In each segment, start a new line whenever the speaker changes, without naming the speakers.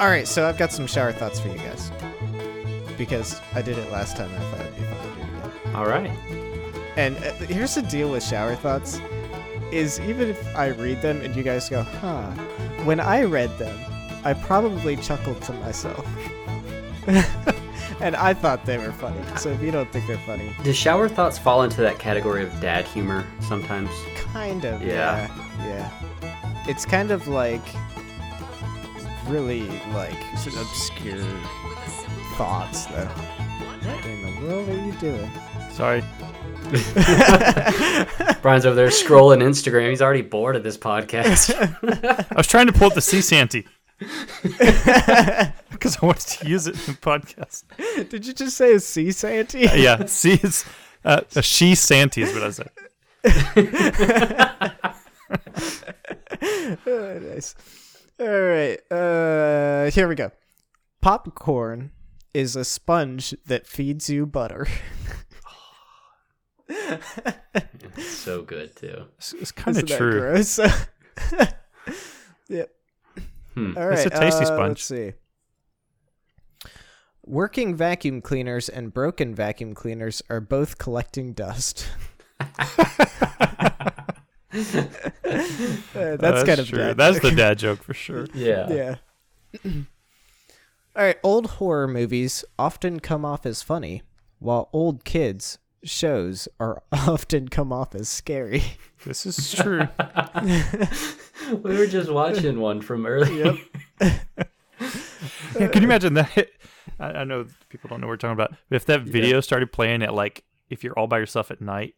All right, so I've got some shower thoughts for you guys because I did it last time. and I thought it'd be fun to do it again.
All right.
And uh, here's the deal with shower thoughts: is even if I read them and you guys go, "Huh," when I read them, I probably chuckled to myself, and I thought they were funny. So if you don't think they're funny,
Does shower thoughts fall into that category of dad humor sometimes?
kind of,
Yeah.
yeah, yeah. It's kind of like really like obscure thoughts, though. What in the world are you doing?
Sorry.
Brian's over there scrolling Instagram. He's already bored of this podcast.
I was trying to pull up the sea Santee. Because I wanted to use it in the podcast.
Did you just say a sea santee?
Yeah, sea is uh, a she Santee is what I said.
Oh, nice. All right. Uh, here we go. Popcorn is a sponge that feeds you butter.
so good too.
It's, it's kind of
Isn't that
true.
gross? yep.
Hmm.
All right.
It's a tasty
uh,
sponge.
Let's see. Working vacuum cleaners and broken vacuum cleaners are both collecting dust. Uh, that's, kind of
true.
bad.
That's the dad joke for sure.
Yeah.
yeah. All right, old horror movies often come off as funny, while old kids shows are often come off as scary.
This is true.
We were just watching one from earlier.
Yeah, can you imagine that? I, I know people don't know what we're talking about, but if that video started playing at like if you're all by yourself at night,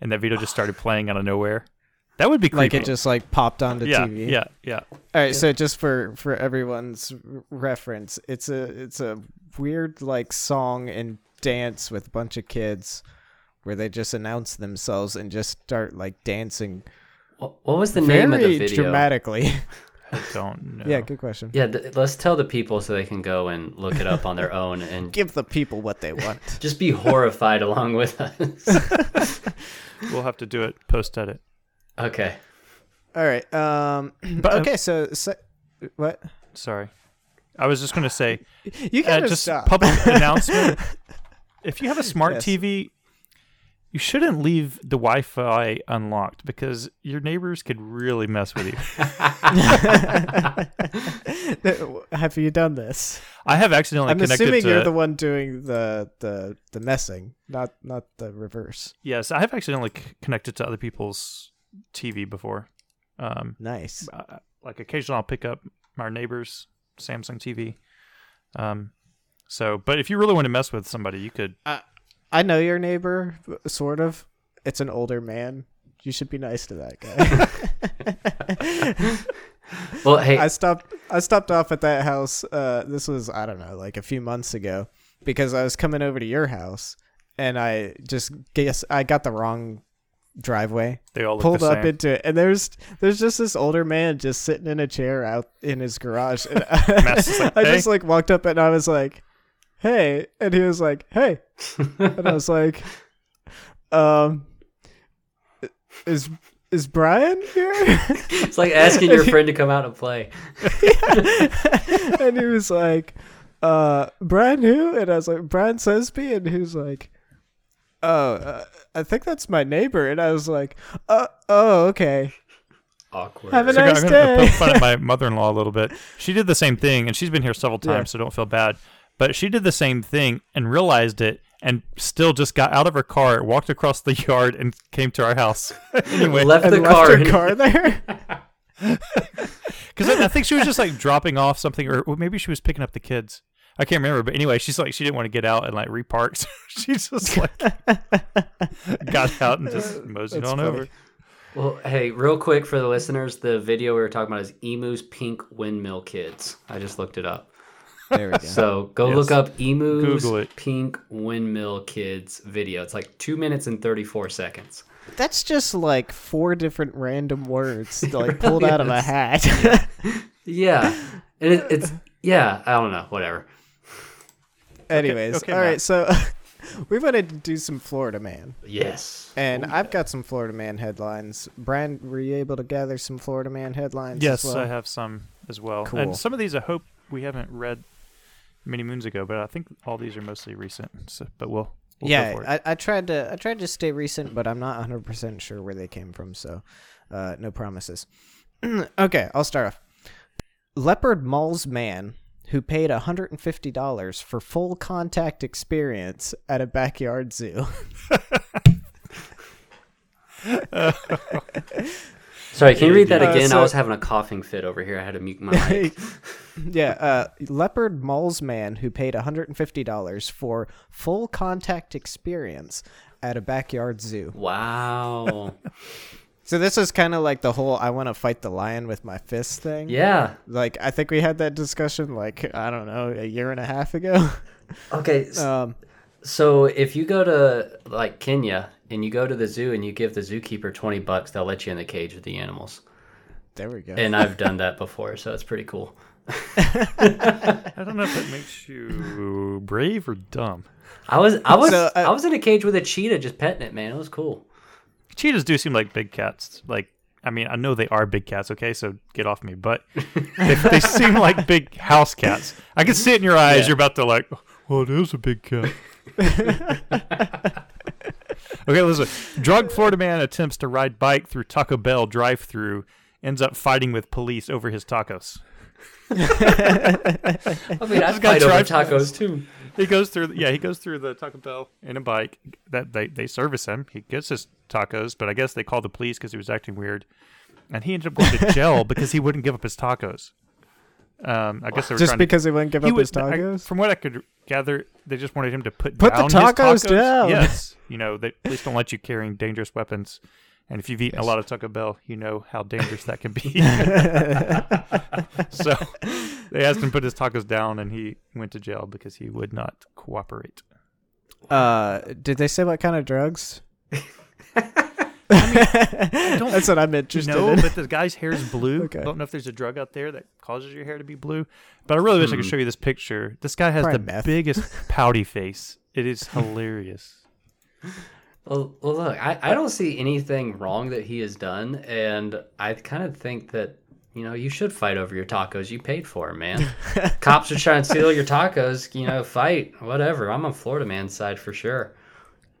and that video just started playing out of nowhere, that would be creepy.
Like it just like popped onto
yeah,
TV.
yeah, yeah.
All right, so just for for everyone's r- reference, it's a it's a weird like song and dance with a bunch of kids where they just announce themselves and just start like dancing
Wha- What was the name of the
very
video?
dramatically.
I don't know.
yeah, good question.
Yeah, th- let's tell the people so they can go and look it up on their own and
Give the people what they want.
just be horrified along with us.
we'll have to do it post edit.
okay.
All right. Um
But uh,
okay, so, so what?
sorry, I was just gonna say,
You
uh,
gotta
just
stop.
public announcement. If you have a smart
Yes.
TV, you shouldn't leave the Wi-Fi unlocked because your neighbors could really mess with you.
Have you done this?
I have accidentally
I'm
connected
assuming
to
you're the one doing the the the messing, not not the reverse.
Yes, I have accidentally c- connected to other people's TV before. Um,
Nice.
uh, like occasionally, I'll pick up our neighbor's Samsung TV. Um, so, but if you really want to mess with somebody, you could.
I know your neighbor, sort of. It's an older man. You should be nice to that guy.
Well, hey,
I stopped. I stopped off at that house. Uh, this was I don't know, like a few months ago, because I was coming over to your house, and I just guess I got the wrong driveway.
They all look
pulled
the
up
same.
into it, and there's there's just this older man just sitting in a chair out in his garage. And
Matt's just
I,
like,
I just
"Hey."
like walked up and I was like, "Hey," and he was like, "Hey," and I was like, "Um, is is Brian here?"
it's like asking your friend to come out and play.
and he was like, uh, Brian who? And I was like, Brian Sesby? And he was like, oh, uh, I think that's my neighbor. And I was like, uh, oh, okay.
Awkward.
Have a
So
nice
I'm
day.
gonna poke fun at my mother-in-law a little bit. She did the same thing, and she's been here several times,
Yeah.
so don't feel bad. But she did the same thing and realized it, and still just got out of her car, walked across the yard, and came to our house. anyway,
left
And
the
left
car.
her car there.
Because I, I think she was just like dropping off something, or well, maybe she was picking up the kids. I can't remember, but anyway, she's like she didn't want to get out and like repark, so she just like got out and just moseyed
Uh, That's
on
funny.
over.
Well, hey, real quick for the listeners, the video we were talking about is Emu's Pink Windmill Kids. I just looked it up.
There we go.
So go look up Emu's
Google it.
Pink Windmill Kids video. It's like two minutes and 34 seconds.
That's just like four different random words like pulled out of a hat.
Yeah. And it, it's, yeah, I don't know, whatever.
Anyways,
okay,
all right,
Matt.
so we wanted to do some Florida Man.
Yes.
And I've got some Florida Man headlines. Brian, were you able to gather some Florida Man headlines? as
Yes,
well?
I have some as well,
Cool.
and some of these I hope we haven't read many moons ago, but I think all these are mostly recent. So, but we'll, we'll go
yeah,
for it.
I, I tried to I tried to stay recent, but I'm not 100 percent sure where they came from, so uh, no promises. okay, I'll start off. Leopard mauls man who paid 150 dollars for full contact experience at a backyard zoo.
Sorry, can you read that
Uh,
again?
so-
I was having a coughing fit over here. I had to mute my mic.
yeah, uh, leopard mauls man who paid 150 dollars for full contact experience at a backyard zoo.
wow.
So this is kind of like the whole I want to fight the lion with my fist thing.
Yeah.
Like I think we had that discussion like I don't know a year and a half ago.
Okay. s-
Um,
So if you go to like Kenya and you go to the zoo and you give the zookeeper 20 bucks, they'll let you in the cage with the animals.
there we go.
And I've done that before, so it's pretty cool.
I don't know if that makes you brave or dumb.
I was I was
So, uh,
I was in a cage with a cheetah just petting it, man. It was cool.
Cheetahs do seem like big cats. Like, I mean, I know they are big cats. Okay, so get off me. But they, they seem like big house cats. I can see it in your eyes. You're about to like, well, it is a big cat. okay, listen. Drug Florida man attempts to ride bike through Taco Bell drive-through, ends up fighting with police over his tacos.
I mean, I've
got
got over
drive-
tacos too.
He goes through, yeah, he goes through the Taco Bell in a bike. That they, they service him. He gets his tacos, but I guess they called the police because he was acting weird, and he ended up going to jail because he wouldn't give up his tacos. Um, I guess they were
Just
trying to-
because he wouldn't give
he
up his
would- I-
tacos.
from what I could gather, they just wanted him to put
Put the
down his
tacos
tacos
down.
Yes, you know, they, police don't let you carrying dangerous weapons, and if you've eaten a lot of Taco Bell, you know how dangerous that can be. so they asked him to put his tacos down, and he went to jail because he would not cooperate.
Uh, did they say what kind of drugs?
don't
That's what I'm interested
no,
in.
but the guy's hair is blue.
Okay.
Don't know if there's a drug out there that causes your hair to be blue. But I really wish I could show you this picture. This guy has
Hmm. Probably
the
meth.
biggest pouty face. It is hilarious.
Well, well look, I, I don't see anything wrong that he has done, and I kind of think that you know you should fight over your tacos. You paid for 'em, man. Cops are trying to steal your tacos. You know, fight whatever. I'm on Florida man's side for sure.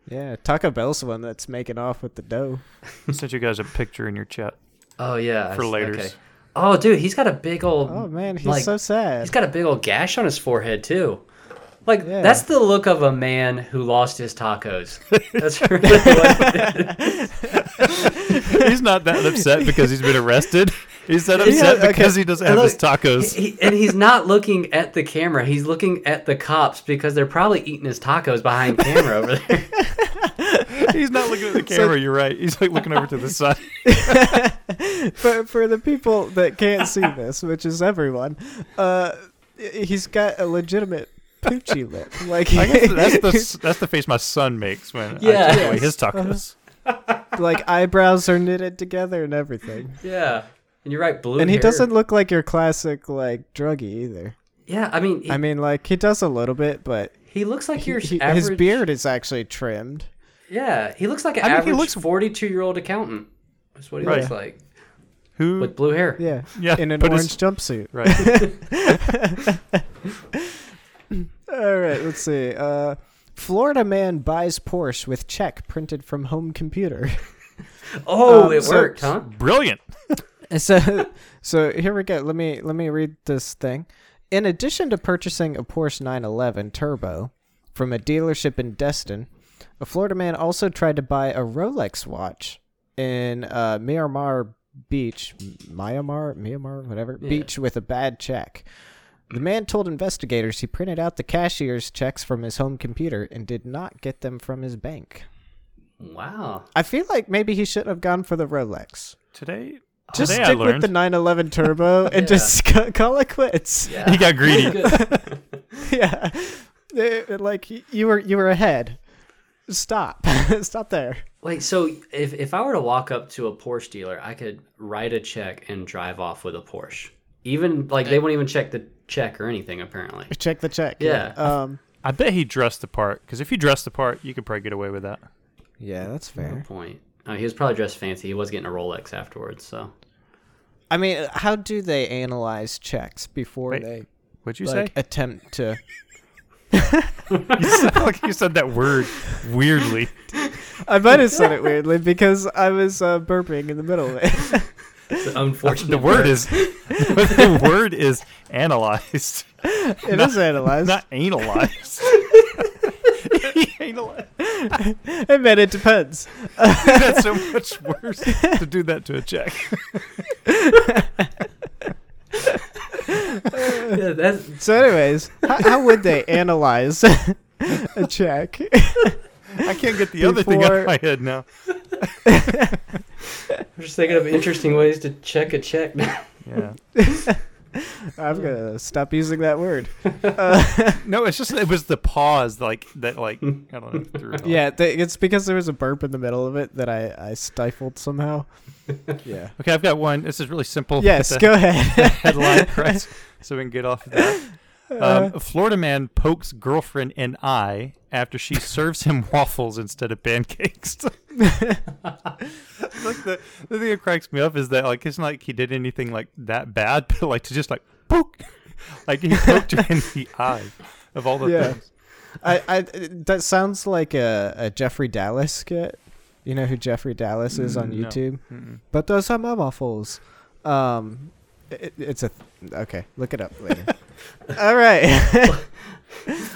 Yeah, Taco Bell's the one that's making off with the dough.
sent you guys a picture in your chat.
Oh yeah,
For
I s-
laters.
Oh dude, he's got a big old.
Oh man, he's
like,
so sad.
He's got a big old gash on his forehead too. Like
Yeah.
that's the look of a man who lost his tacos. That's really what it is.
he's not that upset because he's been arrested. He's that upset
okay.
because he doesn't have his
Look,
tacos.
He, and he's not looking at the camera. He's looking at the cops because they're probably eating his tacos behind camera over there.
He's not looking at the camera. you're right. He's like looking over to the side.
for for the people that can't see this, which is everyone, uh, he's got a legitimate poochie lip. Like
I guess that's the that's the face my son makes when I take
Yes.
away his tacos.
Uh-huh. like eyebrows are knitted together and everything.
Yeah. And you're right, blue.
And he
hair.
doesn't look like your classic like druggie either.
Yeah, I mean, he,
I mean, like he does a little bit, but
he looks like your
he-
average.
his beard is actually trimmed.
Yeah, he looks like an
I mean, he
average
looks-
42 year old accountant. That's what he
Right.
looks like
Who?
with blue hair.
Yeah,
Yeah,
in an
but
orange
it's-
jumpsuit.
Right.
All right, let's see. Uh, Florida man buys Porsche with check printed from home computer.
Oh,
Um,
it
so-
worked, huh?
Brilliant.
And so so here we go. Let me let me read this thing. In addition to purchasing a Porsche 911 Turbo from a dealership in Destin, a Florida man also tried to buy a Rolex watch in uh, Miramar Beach, Myanmar, Myanmar, whatever beach with a bad check. The man told investigators he printed out the cashier's checks from his home computer and did not get them from his bank.
Wow.
I feel like maybe he shouldn't have gone for the Rolex.
Today,
Just
today I
stick with
learned
the 911 Turbo and just ca- call it quits. Yeah,
Yeah.
he got greedy.
Uh, like y- you were you were ahead. Stop, stop there.
Wait, so if, if I were to walk up to a Porsche dealer, I could write a check and drive off with a Porsche. Even like they won't even check the check or anything apparently.
Check the check.
Yeah.
Um.
I bet he dressed the part because if you dress the part, you could probably get away with that.
Yeah, that's fair.
Point. I mean, he was probably dressed fancy. He was getting a Rolex afterwards, so
I mean, how do they analyze checks before
Wait.
they
What'd you
like
say?
attempt to
you sound like you said that word weirdly.
I might have said it weirdly because I was uh, burping in the middle of it.
It's an unfortunate.
The word is the word is analyzed,
It is analyzed.
not analyzed. analyzed.
I meant it depends.
That's so much worse to do that to a check.
Yeah, that's,
So, anyways, how, how would they analyze a check?
I can't get the other thing out
Before-
of my head now.
I'm just thinking of interesting ways to check a check.
Yeah.
I'm gonna stop using that word.
No, it's just it was the pause, like that, like I don't know. Threw it off.
Yeah, th- it's because there was a burp in the middle of it that I, I stifled somehow. Yeah.
Okay, I've got one. This is really simple.
Yes,
It's a
go ahead.
headline, right? So we can get off of that. Um,
Uh.
a Florida man pokes girlfriend in eye after she serves him waffles instead of pancakes. like the, the thing that cracks me up is that like it's not like he did anything like that bad, but like to just like poke, like he poked her in the eye of all the
Yeah.
things.
I, I that sounds like a, a Jeffrey Dallas skit. You know who Jeffrey Dallas is on
Mm, no.
YouTube?
Mm-mm.
But those are my waffles. Um, it, it's a okay. Look it up later. All right.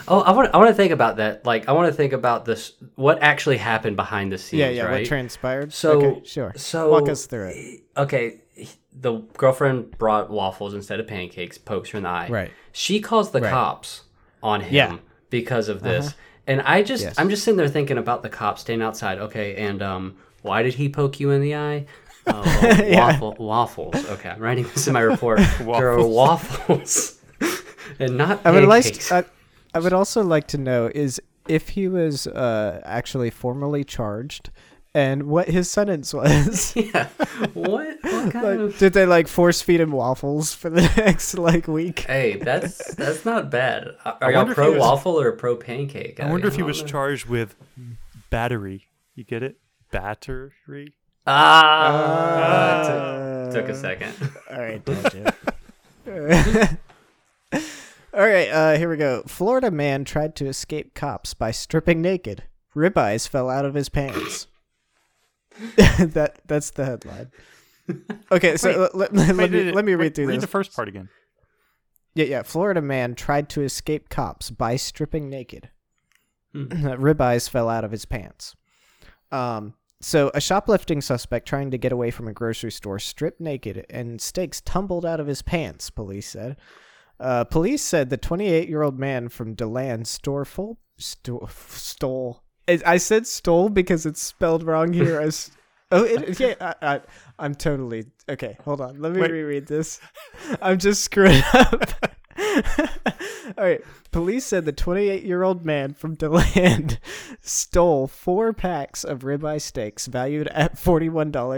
oh, I want I want to think about that. Like, I want to think about this. What actually happened behind the scenes?
yeah, yeah.
Right?
What transpired?
So-
okay, sure.
so- eh,
walk us through it.
okay, he- the girlfriend brought waffles instead of pancakes. Pokes her in the eye.
Right.
She calls the
Right.
cops on him
Yeah. Uh-huh.
because of this. And I just
Yes.
I'm just sitting there thinking about the cops staying outside. Okay, and um, why did he poke you in the eye? Uh, well, waffle, waffles. Okay, I'm writing this in my report. There are waffles, and not
I would like.
pancakes.
I, I would also like to know is if he was uh, actually formally charged, and what his sentence was.
yeah. What? What kind
like,
of?
did they like force feed him waffles for the next like week?
Hey, that's that's not bad. Are- Are y'all
wonder if he
pro
was-
waffle or pro pancake?
I wonder if he
don't
was
know.
charged with battery. You get it? Battery.
Ah, it took, took a second.
All right, don't do it. All right, uh, here we go. Florida man tried to escape cops by stripping naked. Ribeyes fell out of his pants. that that's the headline. Okay, so
Wait,
let, let, let
Wait,
me
did it-
let me read
wait,
through
Read the
this.
first part again.
yeah, yeah. Florida man tried to escape cops by stripping naked. Ribeyes fell out of his pants. Um, so, a shoplifting suspect trying to get away from a grocery store stripped naked and stakes tumbled out of his pants, police said. Uh, police said the 28 year old man from DeLand store full, sto- stole. I- I said stole because it's spelled wrong here. As, oh, it, yeah, I, I, I'm totally. Okay, hold on. Let me
Wait.
reread this. I'm just screwing up. All right. Police said the 28 year old man from DeLand stole four packs of ribeye steaks valued at $41.24.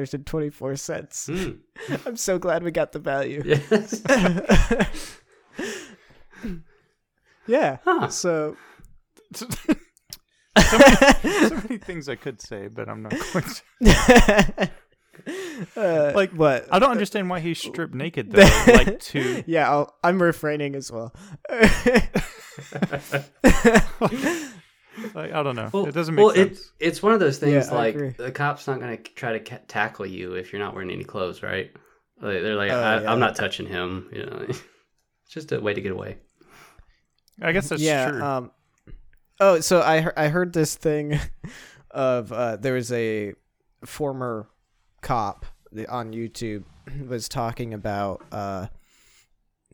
Mm.
I'm so glad we got the value.
Yes.
Yeah.
Huh.
So,
so, many, so many things I could say, but I'm not going to.
uh,
Like,
what?
I don't understand why he's stripped naked though. like to
yeah, I'll, I'm refraining as well.
like, I don't know.
Well,
it doesn't make
well, it-
sense.
it's one of those things
Yeah, I agree.
like the cop's not going to try to ca- tackle you if you're not wearing any clothes, right? Like, They're like,
Oh,
I,
yeah.
I'm not touching him. You know, it's just a way to get away.
I guess that's
yeah.
true.
Um, oh, so I he- I heard this thing of uh, there was a former cop on YouTube was talking about uh,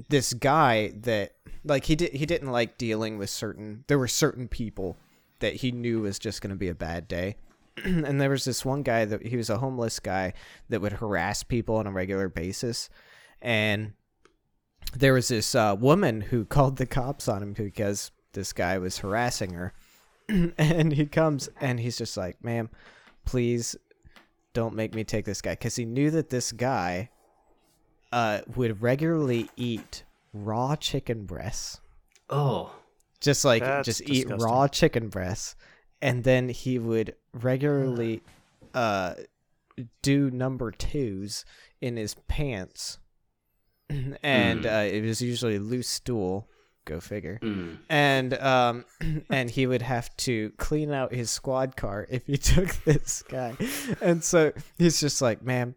this guy that like he did he didn't like dealing with certain there were certain people that he knew was just going to be a bad day. and there was this one guy that he was a homeless guy that would harass people on a regular basis and there was this uh, woman who called the cops on him because this guy was harassing her. and he comes and he's just like, ma'am, please don't make me take this guy. Because he knew that this guy uh, would regularly eat raw chicken breasts.
Oh,
Just like,
That's
just eat
disgusting.
raw chicken breasts. And then he would regularly
Mm.
uh, do number twos in his pants
Mm.
and uh, it was usually loose stool. Go figure.
Mm.
And um, and he would have to clean out his squad car if he took this guy. And so he's just like, "Ma'am,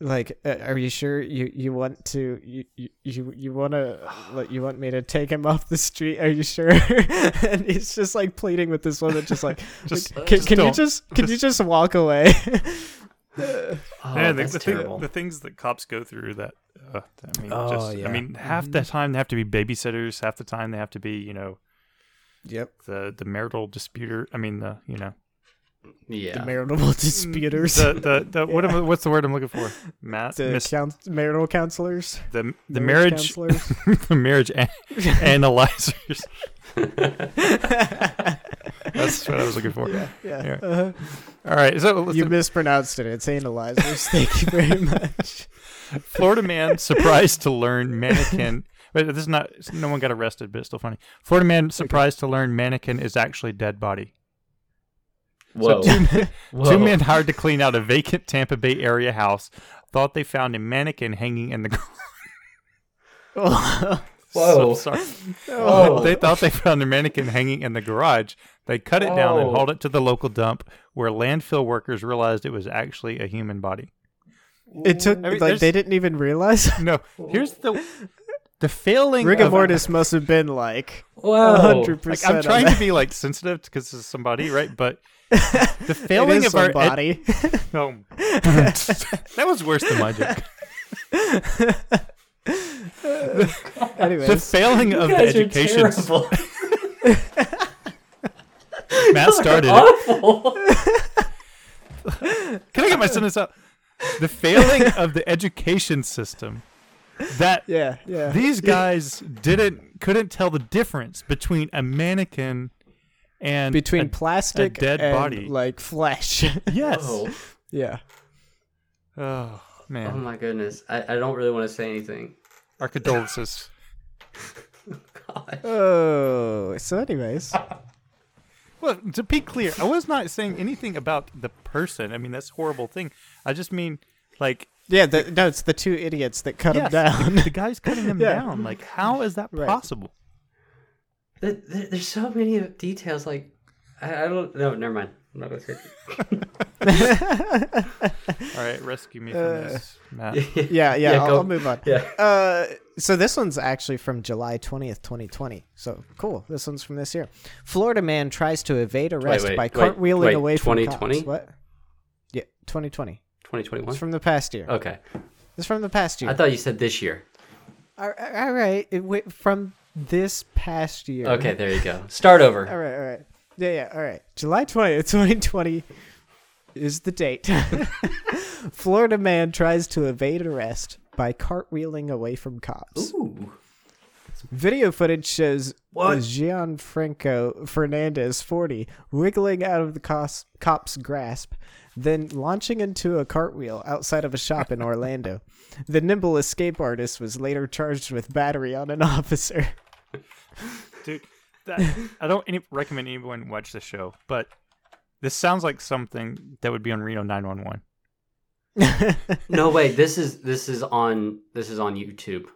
like, uh, are you sure you you want to you you you, you want to like, you want me to take him off the street? Are you sure?" and he's just like pleading with this woman, just like,
Just-
like, "Can,
just
can you
don't.
just can you just walk away?"
Oh,
Yeah, the,
that's
the,
terrible.
thing, the things that cops go through that uh, I mean,
Oh,
just,
yeah. Mm-hmm.
I mean, half the time they have to be babysitters, half the time they have to be, you know,
yep.
the the marital disputer. I mean, the you know,
The
yeah.
marital disputers.
the the, the what am, what's the word I'm looking for? Matt,
the
mis-
coun- marital counselors,
the the
marriage
marriage,
counselors.
the marriage an- analyzers. That's what I was looking for.
yeah.
Yeah.
Uh-huh.
All right, so let's
You mispronounced it. It's analyzers. Thank you very much.
Florida man surprised to learn mannequin. But this is not. No one got arrested, but it's still funny. Florida man surprised to learn mannequin is actually dead body.
Whoa.
So two, men-
Whoa.
two men hired to clean out a vacant Tampa Bay area house thought they found a mannequin hanging in the. gar-
Whoa. Oh.
Whoa.
So- sorry.
Whoa.
They thought they found a mannequin hanging in the garage. They cut it down and
Oh.
Whoa.
hauled it to the local dump, where landfill workers realized it was actually a human body.
It took
mean,
like they
there's-
didn't even realize.
No, here's the the failing
Rigor
of-
mortis must have been like
Whoa.
hundred
Oh. Like,
percent.
I'm trying to be like sensitive because this is somebody, right? But the failing of our ed-
body.
Oh. that was worse than my joke. The
Anyways,
failing of the
guys are
education s-
terrible.
Matt started. it.
Awful.
Can I get my sentence out? The failing of the education system that
yeah, yeah.
these guys didn't couldn't tell the difference between a mannequin and
Between
a-
plastic
dead
and
body.
like flesh.
yes.
Whoa.
yeah.
Oh
Oh
man,
my goodness. I, I don't really want to say anything.
our condolences.
God.
Oh. So, anyways.
Well, to be clear, I was not saying anything about the person. I mean, that's a horrible thing. I just mean, like,
Yeah, the, no, it's the two idiots that cut
yes,
him
The,
down.
the guy's cutting them
Yeah.
down. Like, how is that
Right.
possible?
There, there- there's so many details. Like, I, I don't know. Never mind. I'm not gonna say it.
All right, rescue me from this, Matt.
Uh, yeah, yeah,
Yeah,
I'll,
go-
I'll move on.
yeah.
Uh, so this one's actually from July 20th, 2020. So cool. This one's from this year. Florida man tries to evade arrest
wait,
by
wait,
cartwheeling
wait,
away from
2020?
cops. What? Yeah, 2020. It's
2021.
from the past year.
Okay.
It's from the past year.
Oh. I thought you said this year.
all right, all right. It went from this past year.
Okay, there you go. Start
All
over.
right, all right. Yeah, yeah, all right. July 20th, 2020 is the date. Florida man tries to evade arrest by cartwheeling away from cops.
Ooh.
Video footage shows
What?
Gianfranco Fernandez, 40, wiggling out of the cos- cop's grasp, then launching into a cartwheel outside of a shop in Orlando. The nimble escape artist was later charged with battery on an officer.
Dude, that, I don't any, recommend anyone watch this show, but this sounds like something that would be on Reno 911.
No, wait. This is this is on this is on YouTube.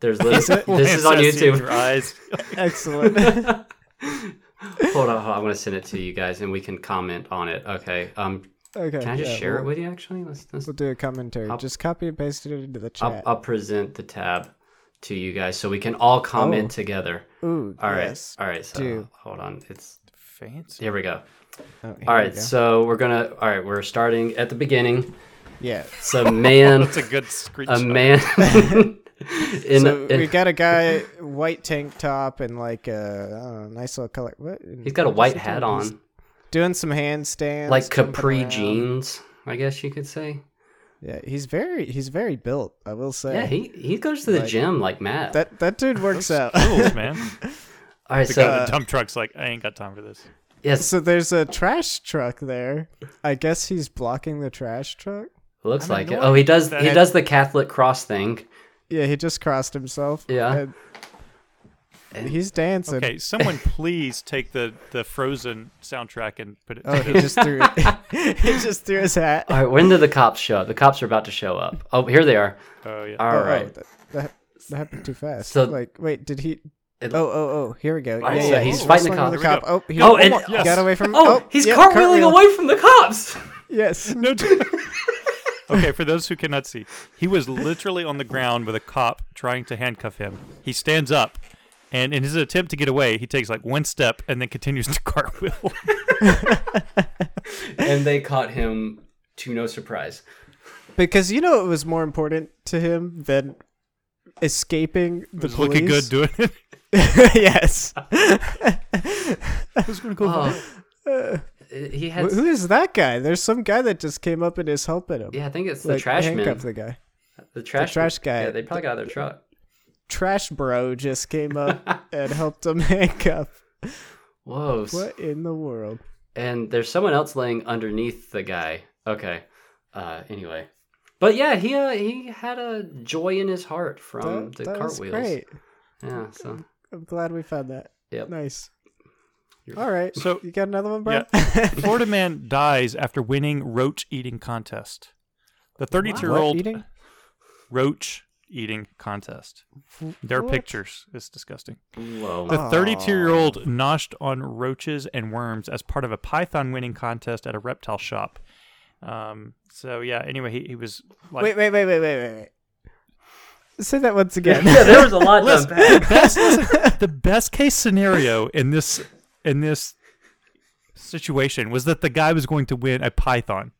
There's literally, this
Lance
is on
has seen Your
YouTube.
eyes.
Excellent.
Hold on, hold on. I'm gonna send it to you guys, and we can comment on it. Okay. Um,
Okay.
can I just
yeah,
share
we'll-
it with you? Actually, let's. let's
We'll do a commentary. Just copy and paste it into the
I'll,
chat.
I'll present the tab to you guys so we can all comment together.
Ooh,
All right.
Oh, yes.
All right. So
do.
hold on. It's
Fancy.
here we go.
Oh, here
All
we
right.
go.
So we're gonna. All right. We're starting at the beginning.
Yeah.
So man,
That's a good screenshot.
a man. in,
So
in-
we got a guy, white tank top and like a I don't know, nice little color. What?
he's got a white hat
He's
on,
doing some handstands,
like
jumping
capri
around.
jeans. I guess you could say.
Yeah, he's very he's very built. I will say.
Yeah, he, he goes to the gym like Matt.
that that dude works out.
Rules, man.
All right,
The guy in
so
the
uh,
dump truck's like, I ain't got time for this.
yes,
so there's a trash truck there. I guess he's blocking the trash truck.
looks
I'm
like it.
annoyed
Oh, he does
that-
he does the Catholic cross thing.
Yeah, he just crossed himself.
Yeah.
and- He's dancing.
Okay, someone please take the the Frozen soundtrack and put it.
Oh, he just threw he just threw his hat.
All right, when do the cops show up? The cops are about to show up. Oh, here they are.
oh yeah.
All
Oh,
right.
oh, that, that, that happened too fast.
So-
like, wait, did he?
It-
oh, oh, oh! Here we go.
Right,
yeah,
so
yeah,
he's
he
fighting the
swung with
cops.
Oh, he
Oh, and-
almost
yes.
got away from.
Oh, he's
yeah,
cartwheeling
cartwheel.
away from the cops.
Yes.
No. t- okay, for those who cannot see, he was literally on the ground with a cop trying to handcuff him. He stands up, and in his attempt to get away, he takes like one step and then continues to cartwheel.
and they caught him to no surprise.
Because you know it was more important to him than escaping the
was
police.
looking good doing it.
yes.
was going to go.
Oh. He had.
Wh- Uh, Who is that guy? There's some guy that just came up and is helping him.
Yeah, I think it's the
Like,
trash man.
handcuff the guy.
The trash,
trash guy.
Yeah, they probably got out of their truck.
Trash bro just came up and helped him handcuff.
Whoa. s-
What in the world?
And there's someone else laying underneath the guy. Okay. Uh, anyway. But yeah, he uh, he had a joy in his heart from
That,
the
that was
cartwheels.
great.
Yeah. So.
I'm glad we found that.
Yep.
Nice. All right.
So-
So you got another one, bro?
Florida man dies after winning roach eating contest. The 32 year
What,
old
eating?
roach eating contest. Their
What?
pictures. It's disgusting.
Whoa.
The 32 year old noshed on roaches and worms as part of a python winning contest at a reptile shop. Um, so, yeah, anyway, he, he was like.
Wait, wait, wait, wait, wait, wait, wait. Say that once again.
yeah, there was a lot to unpack.
Best- listen, the best case scenario in this in this situation was that the guy was going to win a python.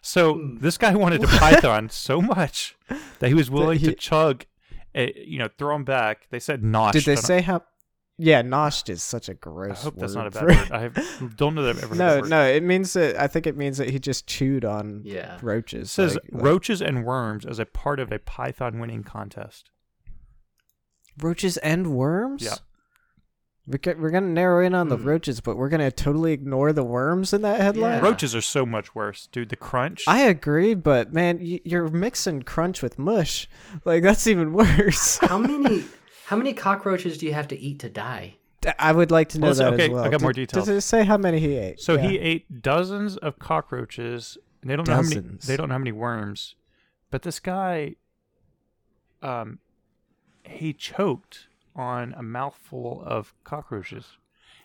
So
Hmm.
this guy wanted a python so much that he was willing
he-
to chug, a, you know, throw him back. They said nosh.
Did
I
they
don't-
say how? Yeah, noshed is such a
I
gross.
hope that's
word
not a bad
for-
word. I have, don't know that I've ever. heard
no,
that word.
no, it means that I think it means that he just chewed on
Yeah.
roaches.
It says
like- like-
roaches and worms as a part of a python winning contest.
roaches and worms.
Yeah. Hmm.
We ca- we're gonna narrow in on the roaches, but we're gonna totally ignore the worms in that headline.
Yeah.
Roaches are so much worse, dude. The crunch.
I agree, but man, y- you're mixing crunch with mush. Like that's even worse.
How many? How many cockroaches do you have to eat to die?
D- I would like to know
Well, listen,
that as
okay,
well.
I got more
Did-
details.
Does it say how many he ate?
So
Yeah.
he ate dozens of cockroaches. and They don't know how many.
Dozens.
They don't know how many worms. But this guy, um, he choked on a mouthful of cockroaches.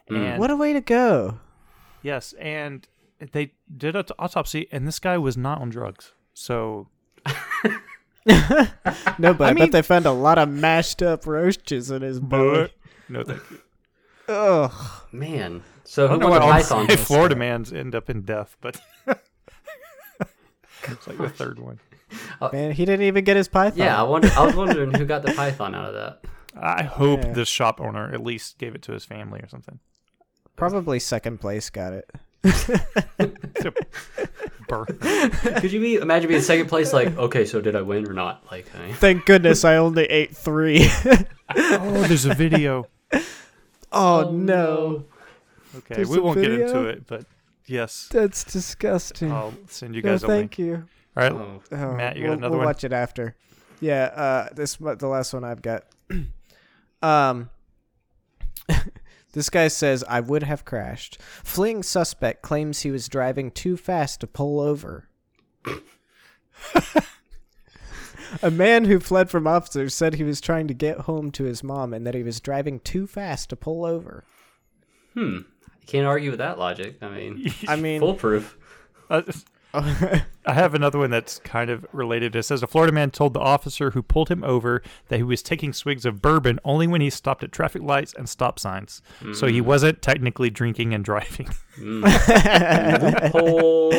And
What a way to go!
yes, and they did an autopsy, and this guy was not on drugs. So
No, but I,
I mean-
bet they found a lot of mashed up roaches in his
no,
bowl.
thank you.
Ugh.
Man. So
I
who
don't know
won the
why all
Python?
my
test?
Florida man's end up in death, but it's like the third one.
Man, he didn't even get his python.
Yeah, I wonder. I was wondering who got the Python out of that.
I hope
Yeah.
the shop owner at least gave it to his family or something.
Probably second place got it.
to birth.
Could you be imagine being second place? Like, okay, so did I win or not? Like, I,
Thank goodness I only ate three.
Oh, there's a video.
oh, no.
Okay,
There's
we
a
won't get into
video?
it, but yes,
That's disgusting.
I'll send Oh, you
no,
guys a link.
thank you.
All right,
Oh.
Oh,
Matt, you got
we'll,
another
we'll
one?
watch it after. Yeah, uh, this mu- the last one I've got. um, this guy says I would have crashed. Fleeing suspect claims he was driving too fast to pull over. A man who fled from officers said he was trying to get home to his mom and that he was driving too fast to pull over.
Hmm. You can't argue with that logic. I mean,
I mean,
foolproof.
Uh, I have another one that's kind of related. It says a Florida man told the officer who pulled him over that he was taking swigs of bourbon only when he stopped at traffic lights and stop signs, so he wasn't technically drinking and driving.
Loophole.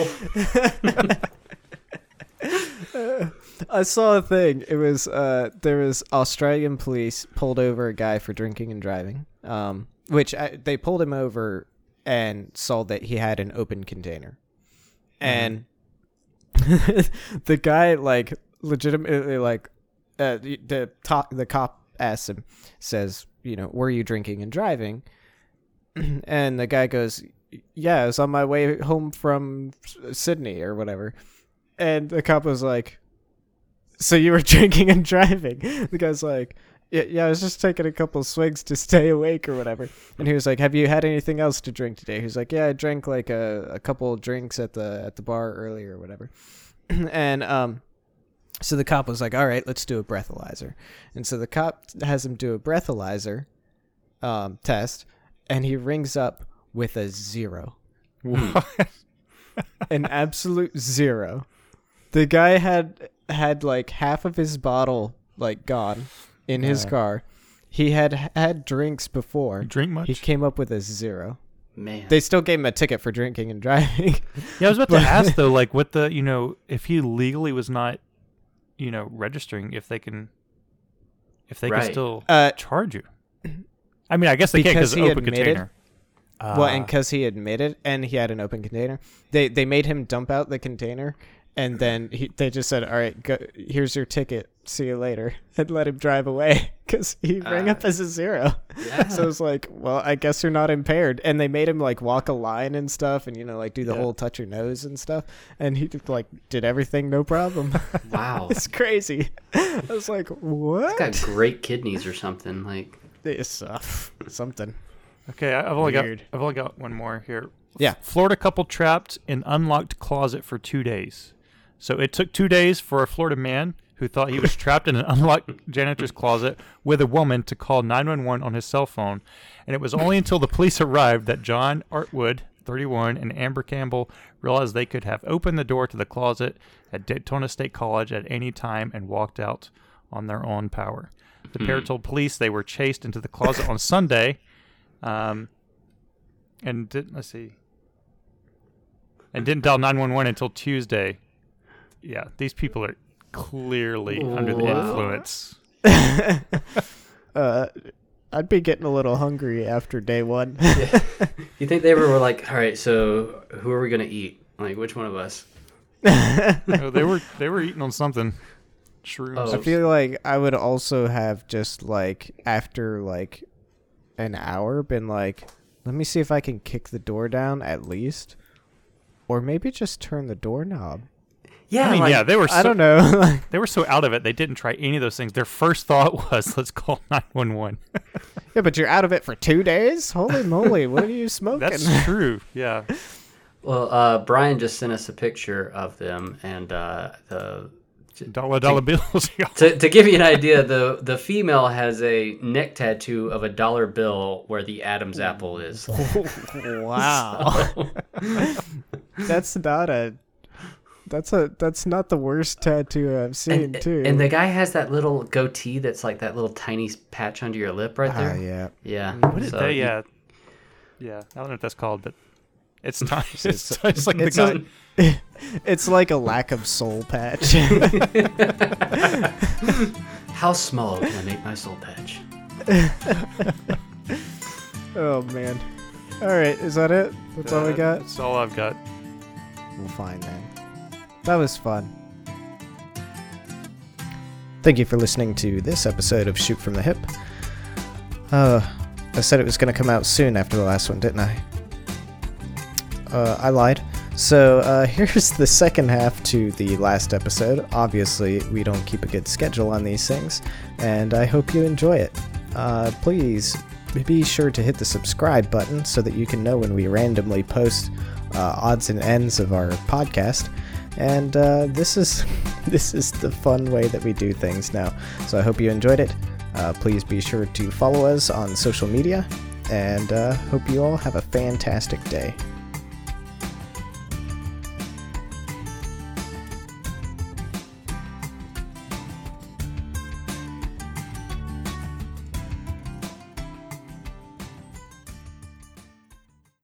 I saw a thing. It was uh, there was Australian police pulled over a guy for drinking and driving. Um, which I, they pulled him over and saw that he had an open container, and the guy like legitimately like uh, the the, top, the cop asks him says you know were you drinking and driving, and the guy goes yeah I was on my way home from Sydney or whatever, and the cop was like so you were drinking and driving. The guy's like, yeah, yeah, I was just taking a couple swigs to stay awake or whatever. And he was like, "Have you had anything else to drink today?" He was like, "Yeah, I drank like a, a couple drinks at the at the bar earlier or whatever." and um, so the cop was like, "All right, let's do a breathalyzer." And so the cop has him do a breathalyzer um, test, and he rings up with a zero, an absolute zero. The guy had had like half of his bottle like gone in his car. He had had drinks before.
Drink much?
He came up with a zero.
Man.
They still gave him a ticket for drinking and driving.
Yeah, I was about to ask though, like what the you know, if he legally was not, you know, registering, if they can, if they
Right.
can still
Uh,
charge you. I mean, I guess they can't
because
because
he
open
admitted-
container.
well, and because he admitted and he had an open container, they they made him dump out the container, and then he, they just said, "All right, go, here's your ticket. See you later," and let him drive away because he rang
Ah.
up as a zero.
Yeah.
so it's like, well, I guess you're not impaired. And they made him like walk a line and stuff, and you know, like do the
Yeah.
whole touch your nose and stuff, and he like did everything no problem.
wow.
it's crazy. I was like, what?
got great kidneys or something. Like
This uh, something.
Okay, I- I've only
Weird.
got I've only got one more here.
Yeah.
Florida couple trapped in unlocked closet for two days. So it took two days for a Florida man who thought he was trapped in an unlocked janitor's closet with a woman to call 911 on his cell phone. And it was only until the police arrived that John Artwood, 31, and Amber Campbell realized they could have opened the door to the closet at Daytona State College at any time and walked out on their own power. The pair told police they were chased into the closet on Sunday. Um, and didn't let's see. And didn't dial nine one one until Tuesday. Yeah, these people are clearly under the
Wow.
influence.
Uh, I'd be getting a little hungry after day one.
you think they were, were like, all right, so who are we gonna eat? Like which one of us?
oh, they were they were eating on something. Shrooms.
I feel like I would also have just like after like an hour been like, let me see if I can kick the door down at least, or maybe just turn the doorknob.
Yeah,
I mean,
like,
yeah, they were so,
I don't know.
they were so out of it they didn't try any of those things. Their first thought was let's call nine one one.
yeah, but you're out of it for two days. Holy moly, what are you smoking?
That's true. Yeah.
Well, uh, Brian just sent us a picture of them, and uh, the
Dollar dollar bills. Yeah.
to, to give you an idea, the the female has a neck tattoo of a dollar bill where the Adam's apple is.
wow, that's not a. That's a that's not the worst tattoo I've seen
And,
too.
and the guy has that little goatee that's like that little tiny patch under your lip right there.
Ah, yeah.
yeah.
What did
so
they?
you-
Yeah, yeah. I don't know if that's called, but it's nice. It's, nice, like
it's
the guy.
a- It's like a lack of soul patch.
How small can I make my soul patch?
oh man. All right, is that it? That's all we
Uh,
got.
That's all I've got.
We'll find then. That was fun. Thank you for listening to this episode of Shoot from the Hip. Uh, I said it was going to come out soon after the last one, didn't I? Uh, I lied. So uh, here's the second half to the last episode. Obviously, we don't keep a good schedule on these things, and I hope you enjoy it. Uh, please be sure to hit the subscribe button so that you can know when we randomly post uh, odds and ends of our podcast. And uh, this is this is the fun way that we do things now. So I hope you enjoyed it. Uh, please be sure to follow us on social media, and uh, hope you all have a fantastic day.